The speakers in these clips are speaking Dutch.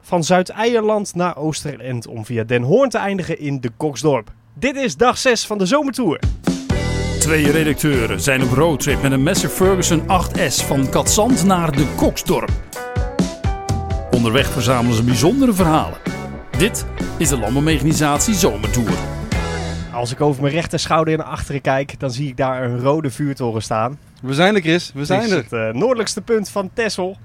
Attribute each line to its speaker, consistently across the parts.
Speaker 1: van Zuid-Eierland naar Oosterend om via Den Hoorn te eindigen in de Koksdorp. Dit is dag 6 van de zomertour.
Speaker 2: Twee redacteuren zijn op roadtrip met een Massey Ferguson 8S van Katzand naar de Koksdorp. Onderweg verzamelen ze bijzondere verhalen. Dit is de Landbouwmechanisatie Zomertour.
Speaker 1: Als ik over mijn rechter schouder naar achteren kijk, dan zie ik daar een rode vuurtoren staan.
Speaker 3: We zijn er, Chris. We zijn
Speaker 1: Dit
Speaker 3: er.
Speaker 1: is het eh, noordelijkste punt van Texel.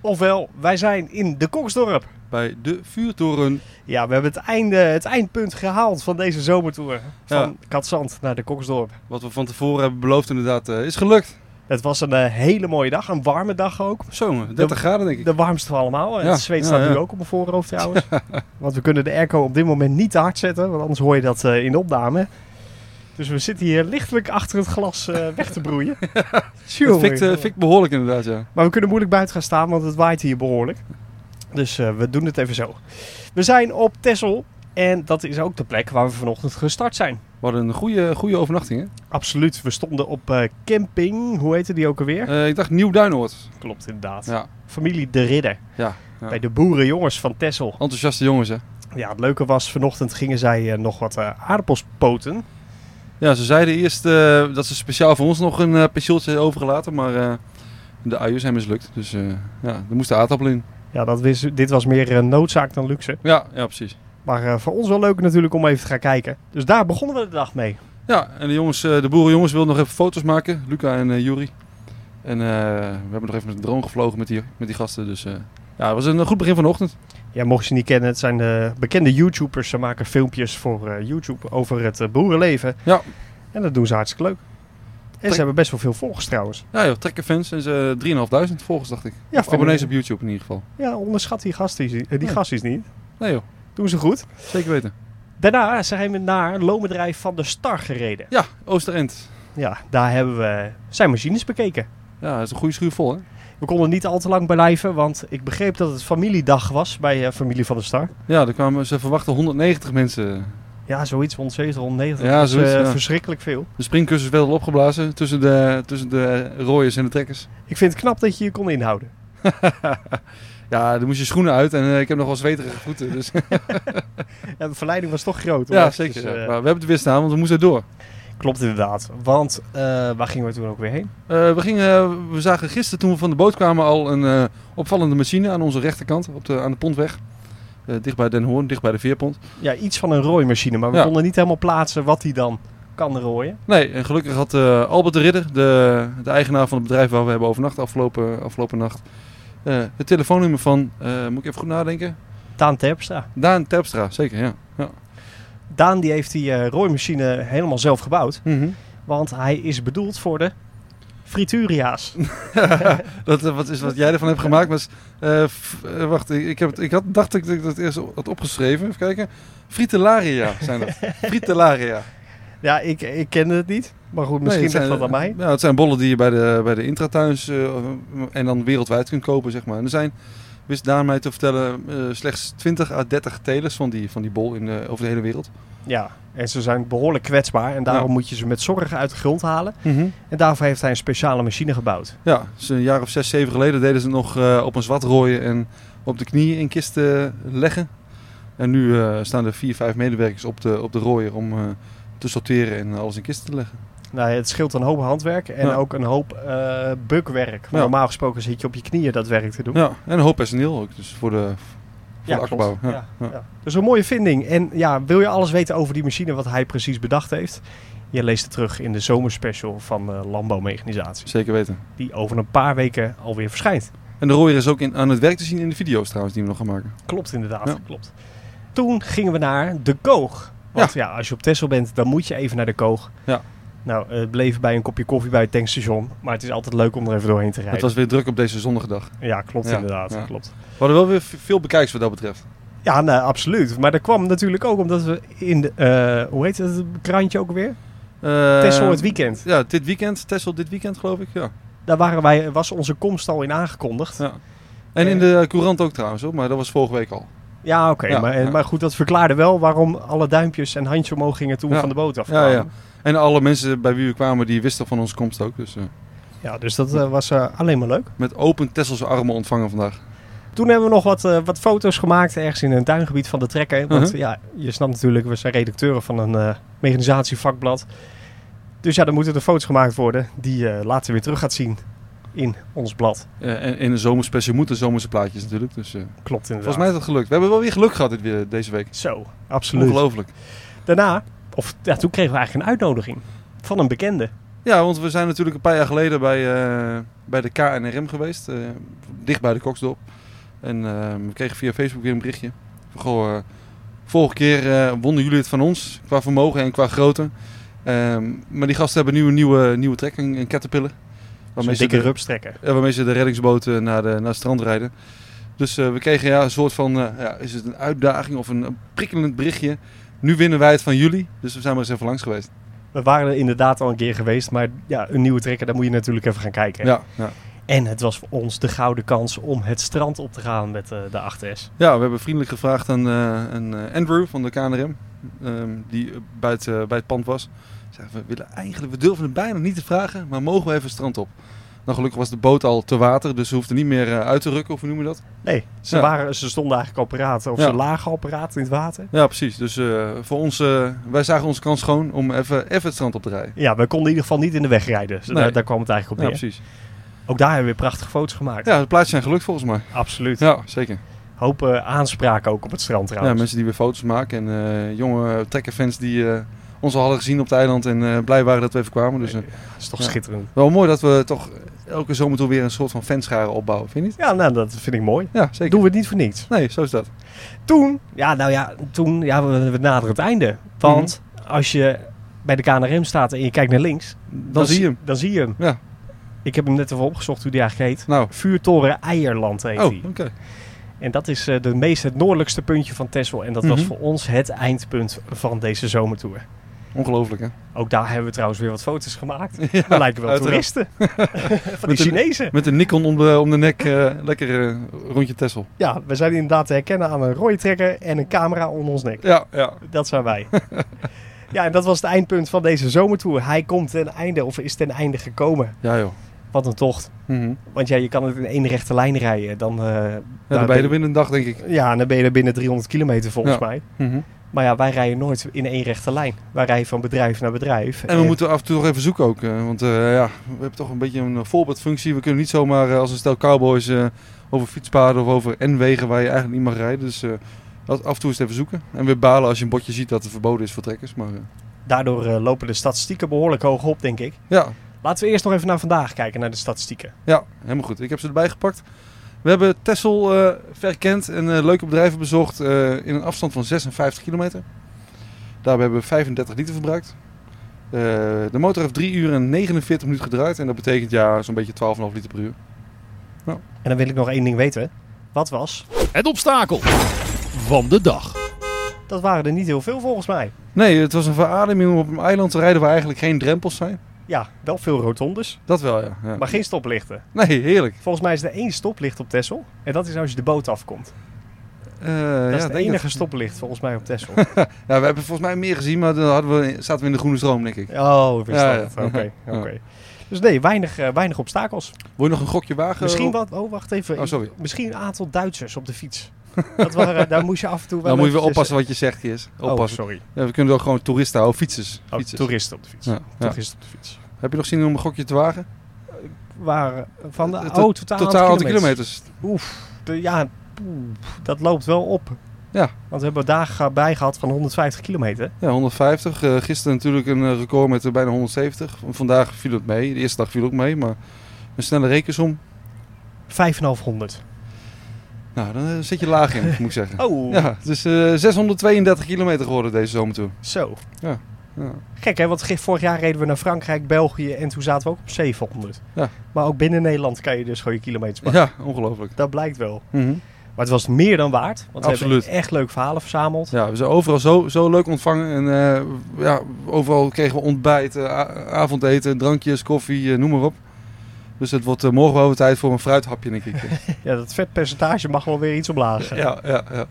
Speaker 1: Ofwel, wij zijn in de Koksdorp.
Speaker 3: Bij de vuurtoren.
Speaker 1: Ja, we hebben het, einde, het eindpunt gehaald van deze zomertour. Van Katzand naar de Koksdorp.
Speaker 3: Wat we van tevoren hebben beloofd, inderdaad, eh, is gelukt.
Speaker 1: Het was een eh, hele mooie dag, een warme dag ook.
Speaker 3: Zo, jongen, 30 graden denk ik.
Speaker 1: De warmste van allemaal. En
Speaker 3: Ja,
Speaker 1: het zweet
Speaker 3: ja,
Speaker 1: staat nu
Speaker 3: ja.
Speaker 1: ook op mijn voorhoofd trouwens. Want we kunnen de airco op dit moment niet te hard zetten, want anders hoor je dat eh, in de opname. Dus we zitten hier lichtelijk achter het glas eh, weg te broeien.
Speaker 3: Het
Speaker 1: Tjonge,
Speaker 3: fikt, eh,
Speaker 1: jonge.
Speaker 3: fikt behoorlijk, inderdaad, ja.
Speaker 1: Maar we kunnen moeilijk buiten gaan staan, want het waait hier behoorlijk. Dus eh, we doen het even zo. We zijn op Texel en dat is ook de plek waar we vanochtend gestart zijn.
Speaker 3: We hadden een goede, goede overnachting, hè?
Speaker 1: Absoluut, we stonden op eh, camping, hoe heette die ook alweer?
Speaker 3: Eh, ik dacht Nieuw-Duinoord.
Speaker 1: Klopt inderdaad.
Speaker 3: Ja.
Speaker 1: Familie De Ridder,
Speaker 3: Ja, ja.
Speaker 1: bij de boerenjongens van Texel.
Speaker 3: Enthousiaste jongens, hè?
Speaker 1: Ja, het leuke was, vanochtend gingen zij eh, nog wat eh aardappels poten.
Speaker 3: Ja, ze zeiden eerst eh, dat ze speciaal voor ons nog een eh pensieltje hadden overgelaten, maar eh, de uien zijn mislukt. Dus eh, ja, er moest de aardappel in.
Speaker 1: Ja, dat wis, dit was meer eh, noodzaak dan luxe.
Speaker 3: Ja, ja, precies.
Speaker 1: Maar eh, voor ons wel leuk natuurlijk om even te gaan kijken. Dus daar begonnen we de dag mee.
Speaker 3: Ja, en de, jongens, eh, de boerenjongens wilden nog even foto's maken, Luca en eh Juri. En eh, we hebben nog even met de drone gevlogen met die, met die gasten. Dus eh, ja, het was een goed begin van de ochtend.
Speaker 1: Ja, mocht je ze niet kennen, het zijn eh, bekende YouTubers. Ze maken filmpjes voor eh, YouTube over het eh, boerenleven.
Speaker 3: Ja.
Speaker 1: En dat doen ze hartstikke leuk. En ze hebben best wel veel volgers trouwens.
Speaker 3: Ja joh, trekkerfans en ze 3.500 volgers dacht ik.
Speaker 1: Ja,
Speaker 3: Of abonnees op YouTube in ieder geval.
Speaker 1: Ja, onderschat die gasties, eh, die
Speaker 3: Ja.
Speaker 1: gasties niet.
Speaker 3: Nee joh,
Speaker 1: Doen ze goed.
Speaker 3: zeker weten.
Speaker 1: Daarna zijn we naar het loonbedrijf Van de Star gereden.
Speaker 3: Ja, Oosterend.
Speaker 1: Ja, daar hebben we zijn machines bekeken.
Speaker 3: Ja, dat is een goede schuur vol hè.
Speaker 1: We konden niet al te lang blijven, want ik begreep dat het familiedag was bij eh, Familie van de Star.
Speaker 3: Ja, er kwamen, ze verwachten 190 mensen
Speaker 1: Ja, zoiets, 170, 190.
Speaker 3: Ja,
Speaker 1: dat is, eh,
Speaker 3: zoiets, ja.
Speaker 1: Verschrikkelijk veel.
Speaker 3: De springkussens werden al opgeblazen tussen de, tussen de eh, rooiers en de trekkers.
Speaker 1: Ik vind het knap dat je je kon inhouden.
Speaker 3: Ja, dan moest je schoenen uit en eh, ik heb nog wel zweterige voeten. Dus,
Speaker 1: Ja, de verleiding was toch groot. hoor.
Speaker 3: ja,
Speaker 1: Dus,
Speaker 3: zeker.
Speaker 1: eh,
Speaker 3: ja. Maar we hebben het weer staan, want we moesten door.
Speaker 1: Klopt inderdaad. Want eh, waar gingen we toen ook weer heen?
Speaker 3: Eh, we, gingen, eh, we zagen gisteren toen we van de boot kwamen al een eh, opvallende machine aan onze rechterkant, op de, aan de pontweg. Eh, dicht bij Den Hoorn, dicht bij de veerpont.
Speaker 1: Ja, iets van een rooimachine, maar we
Speaker 3: Ja.
Speaker 1: konden niet helemaal plaatsen wat die dan kan rooien.
Speaker 3: Nee, en gelukkig had eh, Albert de Ridder, de, de eigenaar van het bedrijf waar we hebben overnacht afgelopen, afgelopen nacht, eh, het telefoonnummer van, eh, moet ik even goed nadenken,
Speaker 1: Daan Terpstra.
Speaker 3: Daan Terpstra, zeker, ja. ja.
Speaker 1: Daan die heeft die eh, rooimachine helemaal zelf gebouwd,
Speaker 3: Mhm.
Speaker 1: want hij is bedoeld voor de frituria's.
Speaker 3: dat, eh, wat is wat jij ervan hebt gemaakt? Maar, is, eh, f- eh, wacht, ik, ik, heb het, ik had, dacht ik dat ik dat eerst had opgeschreven. Even kijken. Fritellaria zijn dat. Fritellaria.
Speaker 1: ja, ik, ik kende het niet, maar goed,
Speaker 3: Nee,
Speaker 1: misschien
Speaker 3: het
Speaker 1: ligt
Speaker 3: zijn-
Speaker 1: dat aan mij.
Speaker 3: Nou, het zijn bollen die je bij de, bij de intratuins eh, en dan wereldwijd kunt kopen, zeg maar. En er zijn, wist Daan mij te vertellen, eh, slechts 20 à 30 telers van die, van die bol in, eh, over de hele wereld.
Speaker 1: Ja, en ze zijn behoorlijk kwetsbaar en daarom
Speaker 3: Ja.
Speaker 1: moet je ze met zorg uit de grond halen. En daarvoor heeft hij een speciale machine gebouwd.
Speaker 3: Ja, dus een jaar of zes, zeven geleden deden ze het nog eh, op een zwart rooien en op de knieën in kisten leggen. En nu eh, staan er vier, vijf medewerkers op de, op de rooien om eh, te sorteren en alles in kisten te leggen.
Speaker 1: Nou, het scheelt een hoop handwerk en
Speaker 3: Ja.
Speaker 1: ook een hoop eh, bukwerk. Want
Speaker 3: Ja.
Speaker 1: Normaal gesproken zit je op je knieën dat werk te doen.
Speaker 3: Ja, en een hoop personeel ook, dus voor de, voor de
Speaker 1: klopt.
Speaker 3: akkerbouw.
Speaker 1: Ja, ja. Dus een mooie vinding. En ja, wil je alles weten over die machine, wat hij precies bedacht heeft? Je leest het terug in de zomerspecial van eh Landbouwmechanisatie.
Speaker 3: Zeker weten.
Speaker 1: Die over een paar weken alweer verschijnt.
Speaker 3: En de rooier is ook in, aan het werk te zien in de video's trouwens die we nog gaan maken.
Speaker 1: Klopt inderdaad,
Speaker 3: Ja.
Speaker 1: klopt. Toen gingen we naar de Koog. Want ja. als je op Texel bent, dan moet je even naar de Koog.
Speaker 3: Ja.
Speaker 1: Nou, eh, het bleef bij een kopje koffie bij het tankstation. Maar het is altijd leuk om er even doorheen te rijden.
Speaker 3: Het was weer druk op deze zonnige dag.
Speaker 1: Ja, klopt
Speaker 3: Ja,
Speaker 1: inderdaad.
Speaker 3: ja.
Speaker 1: Klopt.
Speaker 3: We hadden wel weer v- veel bekijks wat dat betreft.
Speaker 1: Ja, nou, absoluut. Maar dat kwam natuurlijk ook omdat we in de... eh, hoe heet het krantje ook weer?
Speaker 3: Eh,
Speaker 1: Texel het weekend.
Speaker 3: Ja, dit weekend. Tessel dit weekend geloof ik, ja.
Speaker 1: Daar waren wij, was onze komst al in aangekondigd.
Speaker 3: ja. En in de courant ook trouwens hoor, maar dat was vorige week al.
Speaker 1: Ja, oké.
Speaker 3: Ja,
Speaker 1: maar, eh,
Speaker 3: ja.
Speaker 1: maar goed, dat verklaarde wel waarom alle duimpjes en handjes omhoog gingen toen we
Speaker 3: Ja.
Speaker 1: van de boot
Speaker 3: Ja,
Speaker 1: afkwamen.
Speaker 3: ja. En alle mensen bij wie we kwamen, die wisten van onze komst ook. Dus eh,
Speaker 1: Ja, dus dat eh, was eh, alleen maar leuk.
Speaker 3: met open Tesselse armen ontvangen vandaag.
Speaker 1: Toen hebben we nog wat, eh, wat foto's gemaakt ergens in een tuingebied van de trekker. Want
Speaker 3: Mhm.
Speaker 1: ja, je snapt natuurlijk, we zijn redacteuren van een eh, mechanisatievakblad. Dus ja, dan moeten er foto's gemaakt worden die je later weer terug gaat zien in ons blad.
Speaker 3: Eh, en in een zomerspecial moeten zomerse plaatjes natuurlijk. Dus eh,
Speaker 1: Klopt inderdaad.
Speaker 3: volgens mij is dat gelukt. We hebben wel weer geluk gehad dit weer, deze week.
Speaker 1: Zo, absoluut.
Speaker 3: Ongelooflijk.
Speaker 1: Daarna, of ja, toen kregen we eigenlijk een uitnodiging van een bekende.
Speaker 3: Ja, want we zijn natuurlijk een paar jaar geleden bij, eh, bij de KNRM geweest. eh, dicht bij de Koksdorp. En eh, we kregen via Facebook weer een berichtje. Van, Goh, eh, vorige keer eh, wonnen jullie het van ons. Qua vermogen en qua grootte. Ehm, maar die gasten hebben nu een nieuwe, nieuwe trek, een, een caterpillar.
Speaker 1: Een
Speaker 3: Waarmee ze
Speaker 1: dikke
Speaker 3: de-
Speaker 1: rupstrekker.
Speaker 3: Ja, waarmee ze de reddingsboten naar, de, naar het strand rijden. Dus eh, we kregen ja, een soort van, eh, ja, is het een uitdaging of een, een prikkelend berichtje. Nu winnen wij het van jullie, dus we zijn maar eens even langs geweest.
Speaker 1: We waren er inderdaad al een keer geweest, maar ja, een nieuwe trekker, daar moet je natuurlijk even gaan kijken.
Speaker 3: Ja, ja.
Speaker 1: En het was voor ons de gouden kans om het strand op te gaan met eh, de 8S.
Speaker 3: ja, we hebben vriendelijk gevraagd aan, eh, aan eh, Andrew van de KNRM, ehm, die eh, bij het, eh, bij het pand was. Zeggen, we willen eigenlijk, we durven het bijna niet te vragen, maar mogen we even het strand op? Nou, gelukkig was de boot al te water, dus ze hoefden niet meer eh, uit te rukken, of hoe noem je dat?
Speaker 1: Nee, ze,
Speaker 3: Ja.
Speaker 1: waren, ze stonden eigenlijk al paraat, of
Speaker 3: Ja.
Speaker 1: ze lagen al paraat in het water.
Speaker 3: Ja, precies. Dus eh, voor ons, eh, wij zagen onze kans gewoon om even, even het strand op te rijden.
Speaker 1: Ja, we konden in ieder geval niet in de weg rijden. Dus
Speaker 3: Nee.
Speaker 1: daar, daar kwam het eigenlijk op
Speaker 3: Ja,
Speaker 1: neer.
Speaker 3: precies.
Speaker 1: Ook daar hebben we weer prachtige foto's gemaakt.
Speaker 3: Ja, de plaatjes zijn gelukt volgens mij.
Speaker 1: Absoluut.
Speaker 3: Ja, zeker.
Speaker 1: Hoop eh, aanspraak ook op het strand
Speaker 3: Ja,
Speaker 1: trouwens.
Speaker 3: mensen die weer foto's maken en eh, jonge trekkerfans die eh, ons al hadden gezien op het eiland en eh, blij waren dat we even kwamen. Dus eh,
Speaker 1: Dat is toch
Speaker 3: Ja.
Speaker 1: schitterend.
Speaker 3: wel mooi dat we toch elke zomer toch weer een soort van fanscharen opbouwen, vind je niet?
Speaker 1: Ja, nou, dat vind ik mooi.
Speaker 3: Ja, zeker.
Speaker 1: Doen we het niet voor niets.
Speaker 3: Nee, zo is dat.
Speaker 1: Toen, ja, nou ja, toen, ja, we, we naderen het einde. Want
Speaker 3: Mhm.
Speaker 1: als je bij de KNRM staat en je kijkt naar links,
Speaker 3: Dan,
Speaker 1: dan
Speaker 3: zie je hem.
Speaker 1: Dan zie je hem.
Speaker 3: Ja.
Speaker 1: Ik heb hem net even opgezocht hoe die eigenlijk heet.
Speaker 3: Nou,
Speaker 1: Vuurtoren Eierland heet
Speaker 3: oh,
Speaker 1: die.
Speaker 3: oké.
Speaker 1: En dat is eh, de meest, het noordelijkste puntje van Texel. En dat was
Speaker 3: Mhm.
Speaker 1: voor ons het eindpunt van deze zomertour.
Speaker 3: Ongelooflijk, hè?
Speaker 1: Ook daar hebben we trouwens weer wat foto's gemaakt.
Speaker 3: Ja,
Speaker 1: We lijken wel
Speaker 3: uiteraard.
Speaker 1: toeristen. van die
Speaker 3: Met een-
Speaker 1: Chinezen.
Speaker 3: Met de Nikon om de, om de nek, eh, lekker eh, rondje Tessel.
Speaker 1: Ja, we zijn inderdaad te herkennen aan een rode trekker en een camera om ons nek.
Speaker 3: Ja, ja.
Speaker 1: Dat zijn wij. ja, en dat was het eindpunt van deze zomertour. Hij komt ten einde, of is ten einde gekomen.
Speaker 3: Ja, joh.
Speaker 1: Wat een tocht.
Speaker 3: Mhm. Ja,
Speaker 1: Want ja, je kan het in één rechte lijn rijden. Dan, eh,
Speaker 3: dan
Speaker 1: nou,
Speaker 3: ben je er binnen een dag, denk ik.
Speaker 1: Ja, en dan ben je er binnen 300 kilometer volgens
Speaker 3: Ja.
Speaker 1: mij.
Speaker 3: Mhm.
Speaker 1: Maar ja, wij rijden nooit in één rechte lijn. Wij rijden van bedrijf naar bedrijf.
Speaker 3: En we moeten af en toe nog even zoeken ook. eh, want eh, ja, we hebben toch een beetje een eh, voorbeeldfunctie. We kunnen niet zomaar eh, als een stel cowboys eh, over fietspaden of over N-wegen waar je eigenlijk niet mag rijden. Dus eh, dat af en toe is het even zoeken. En weer balen als je een bordje ziet dat het verboden is voor trekkers. Maar eh,
Speaker 1: Daardoor eh, lopen de statistieken behoorlijk hoog op, denk ik.
Speaker 3: ja,
Speaker 1: Laten we eerst nog even naar vandaag kijken, naar de statistieken.
Speaker 3: ja, helemaal goed. Ik heb ze erbij gepakt. We hebben Tessel eh, verkend en eh, leuke bedrijven bezocht eh, in een afstand van 56 kilometer. Daarbij hebben we 35 liter verbruikt. Eh, de motor heeft 3 uur en 49 minuten gedraaid. En dat betekent ja, zo'n beetje 12,5 liter per uur.
Speaker 1: En dan wil ik nog één ding weten. Wat was?
Speaker 2: Het obstakel van de dag.
Speaker 1: Dat waren er niet heel veel volgens mij.
Speaker 3: Nee, het was een verademing om op een eiland te rijden waar eigenlijk geen drempels zijn.
Speaker 1: Ja, wel veel rotondes,
Speaker 3: Dat wel, ja. ja.
Speaker 1: maar geen stoplichten.
Speaker 3: Nee, heerlijk.
Speaker 1: Volgens mij is er één stoplicht op Texel. En dat is als je de boot afkomt.
Speaker 3: Eh,
Speaker 1: Dat
Speaker 3: ja,
Speaker 1: is het
Speaker 3: denk
Speaker 1: enige
Speaker 3: het.
Speaker 1: stoplicht volgens mij op Texel.
Speaker 3: Ja, we hebben volgens mij meer gezien, maar dan hadden we, zaten we in de groene stroom, denk ik.
Speaker 1: oh,
Speaker 3: Ja,
Speaker 1: verstand.
Speaker 3: ja.
Speaker 1: Oké,
Speaker 3: Ja.
Speaker 1: oké. Dus nee, weinig, eh, weinig obstakels.
Speaker 3: Wil je nog een gokje wagen?
Speaker 1: Misschien
Speaker 3: Rob?
Speaker 1: wat, oh wacht even.
Speaker 3: Oh, sorry.
Speaker 1: Misschien een aantal Duitsers op de fiets. Dat waren, daar moest je af en toe wel.
Speaker 3: Dan moet je wel
Speaker 1: eventjes- eh.
Speaker 3: oppassen wat je zegt, Chris.
Speaker 1: Oh,
Speaker 3: Oppassen.
Speaker 1: sorry.
Speaker 3: Ja, we kunnen ook gewoon toeristen houden, fietsers.
Speaker 1: Oh,
Speaker 3: Fietsers.
Speaker 1: toeristen op de fiets.
Speaker 3: Ja, ja.
Speaker 1: Toeristen op de fiets.
Speaker 3: Heb je nog zin om een gokje te wagen?
Speaker 1: Waar van de.
Speaker 3: Eh,
Speaker 1: Oh,
Speaker 3: to-
Speaker 1: totaal, aantal
Speaker 3: aantal kilometers.
Speaker 1: Oef. de- ja, poeh, dat loopt wel op.
Speaker 3: Ja.
Speaker 1: Want we hebben dagen bij gehad van 150 kilometer.
Speaker 3: Ja, 150. Eh, gisteren natuurlijk een eh, record met eh, bijna 170. Vandaag viel het mee. De eerste dag viel ook mee, maar een snelle rekensom.
Speaker 1: 5,500.
Speaker 3: Nou, dan eh, zit je laag in, moet ik zeggen.
Speaker 1: Oh,
Speaker 3: Ja, het is eh, 632 kilometer geworden deze zomer toe.
Speaker 1: zo.
Speaker 3: Ja.
Speaker 1: Gek hè, want ge- vorig jaar reden we naar Frankrijk, België en toen zaten we ook op 700.
Speaker 3: Ja.
Speaker 1: Maar ook binnen Nederland kan je dus gewoon je kilometers maken.
Speaker 3: Ja, ongelooflijk.
Speaker 1: Dat blijkt wel.
Speaker 3: Mhm.
Speaker 1: Maar het was meer dan waard. Want we
Speaker 3: Absoluut.
Speaker 1: hebben echt leuke verhalen verzameld.
Speaker 3: Ja, we zijn overal zo, zo leuk ontvangen. En eh, ja, overal kregen we ontbijt, eh, a- avondeten, drankjes, koffie, eh, noem maar op. Dus het wordt eh, morgen wel weer tijd voor een fruithapje, denk ik.
Speaker 1: Ja, dat vetpercentage mag wel weer iets omlaag.
Speaker 3: ja, ja, ja.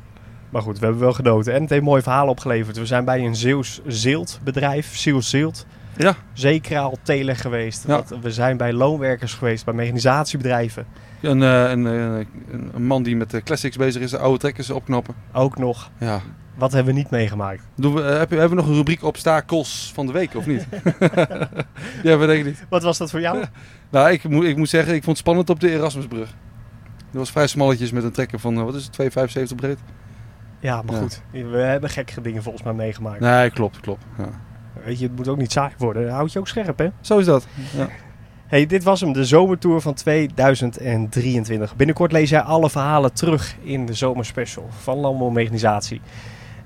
Speaker 1: Maar goed, we hebben wel genoten. En het heeft mooie verhalen opgeleverd. We zijn bij een Zeeuws zeeltbedrijf, Zeeuws zeelt.
Speaker 3: Ja.
Speaker 1: zeekraal, teler geweest.
Speaker 3: Ja.
Speaker 1: Wat- we zijn bij loonwerkers geweest, bij mechanisatiebedrijven.
Speaker 3: Een, eh, een, eh, een, een man die met eh, classics bezig is, de oude trekkers opknappen.
Speaker 1: Ook nog,
Speaker 3: Ja.
Speaker 1: wat hebben we niet meegemaakt?
Speaker 3: Doen we, eh, heb je- hebben we nog een rubriek obstakels van de week, of niet? ja, we denken niet.
Speaker 1: Wat was dat voor jou?
Speaker 3: Nou, ik, moet ik moet zeggen, ik vond het spannend op de Erasmusbrug. Er was vrij smalletjes met een trekker van, eh, wat is het, 2,75 breed?
Speaker 1: Ja, maar
Speaker 3: Ja.
Speaker 1: goed. We hebben gekke dingen volgens mij meegemaakt.
Speaker 3: Nee, klopt, klopt. Ja.
Speaker 1: Weet je, het moet ook niet saai worden. Dan houd je ook scherp, hè?
Speaker 3: Zo is dat. Ja.
Speaker 1: Hey, dit was hem, de zomertour van 2023. Binnenkort lees jij alle verhalen terug in de zomerspecial van Landbouwmechanisatie.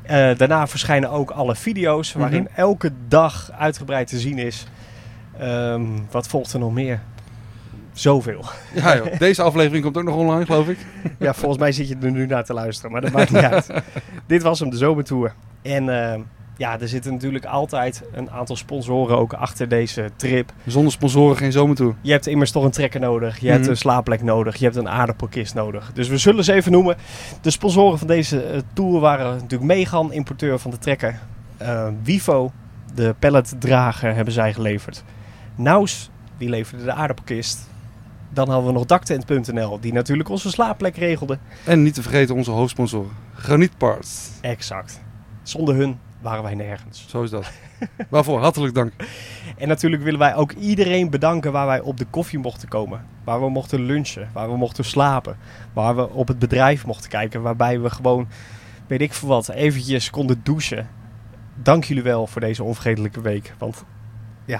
Speaker 1: Eh, daarna verschijnen ook alle video's waarin
Speaker 3: Mhm.
Speaker 1: elke dag uitgebreid te zien is. Ehm, wat volgt er nog meer? Zoveel.
Speaker 3: Ja, joh. Deze aflevering komt ook nog online, geloof ik.
Speaker 1: Ja, volgens mij zit je er nu naar te luisteren, maar dat maakt niet uit. Dit was hem, de zomertour. En ehm, ja, er zitten natuurlijk altijd een aantal sponsoren ook achter deze trip.
Speaker 3: Zonder sponsoren geen zomertour.
Speaker 1: Je hebt immers toch een trekker nodig. Je
Speaker 3: Mhm.
Speaker 1: hebt een slaapplek nodig. Je hebt een aardappelkist nodig. Dus we zullen ze even noemen. De sponsoren van deze eh, tour waren natuurlijk Megan, importeur van de trekker. Eh, Wivo, de palletdrager, hebben zij geleverd. Naus, die leverde de aardappelkist. Dan hadden we nog daktent.nl, die natuurlijk onze slaapplek regelde.
Speaker 3: En niet te vergeten onze hoofdsponsor, Granit Parts.
Speaker 1: Exact. Zonder hun waren wij nergens.
Speaker 3: Zo is dat. Waarvoor hartelijk dank.
Speaker 1: En natuurlijk willen wij ook iedereen bedanken waar wij op de koffie mochten komen. Waar we mochten lunchen, waar we mochten slapen. Waar we op het bedrijf mochten kijken. Waarbij we gewoon, weet ik veel wat, eventjes konden douchen. Dank jullie wel voor deze onvergetelijke week. Want ja,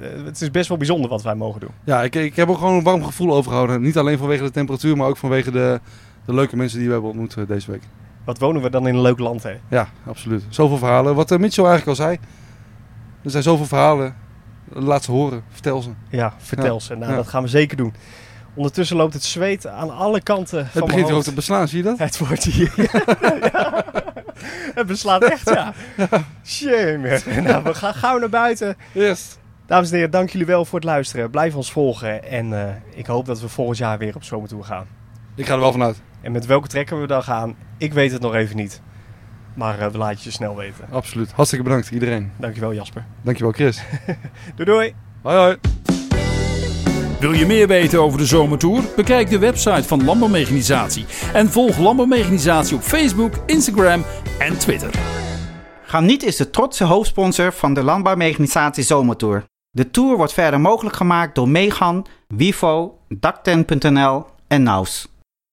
Speaker 1: eh, het is best wel bijzonder wat wij mogen doen.
Speaker 3: Ja, ik, ik heb ook gewoon een warm gevoel overgehouden. Niet alleen vanwege de temperatuur, maar ook vanwege de, de leuke mensen die we hebben ontmoet eh, deze week.
Speaker 1: Wat wonen we dan in een leuk land, hè?
Speaker 3: Ja, absoluut. Zoveel verhalen. Wat eh, Mitchell eigenlijk al zei. Er zijn zoveel verhalen. Laat ze horen. Vertel ze.
Speaker 1: Ja, vertel
Speaker 3: Ja,
Speaker 1: ze. Nou,
Speaker 3: ja.
Speaker 1: dat gaan we zeker doen. Ondertussen loopt het zweet aan alle kanten van
Speaker 3: Het
Speaker 1: mijn
Speaker 3: begint hier ook
Speaker 1: hoofd.
Speaker 3: te beslaan, zie je dat?
Speaker 1: Het wordt hier. Ja. Het beslaat echt, ja. Shame. Nou, we gaan gauw naar buiten.
Speaker 3: Yes.
Speaker 1: Dames en heren, dank jullie wel voor het luisteren. Blijf ons volgen. En eh, ik hoop dat we volgend jaar weer op zomertour gaan.
Speaker 3: Ik ga er wel vanuit.
Speaker 1: En met welke trekken we dan gaan, ik weet het nog even niet. Maar eh, we laten het je snel weten.
Speaker 3: Absoluut. Hartstikke bedankt iedereen.
Speaker 1: Dankjewel Jasper.
Speaker 3: Dankjewel Chris.
Speaker 1: Doei doei!
Speaker 3: Hoi hoi.
Speaker 2: Wil je meer weten over de zomertour? Bekijk de website van Landbouwmechanisatie en volg Landbouwmechanisatie op Facebook, Instagram en Twitter.
Speaker 4: Graniet is de trotse hoofdsponsor van de landbouwmechanisatie Zomertour. De tour wordt verder mogelijk gemaakt door Megan, Wifo, Dakten.nl en Naus.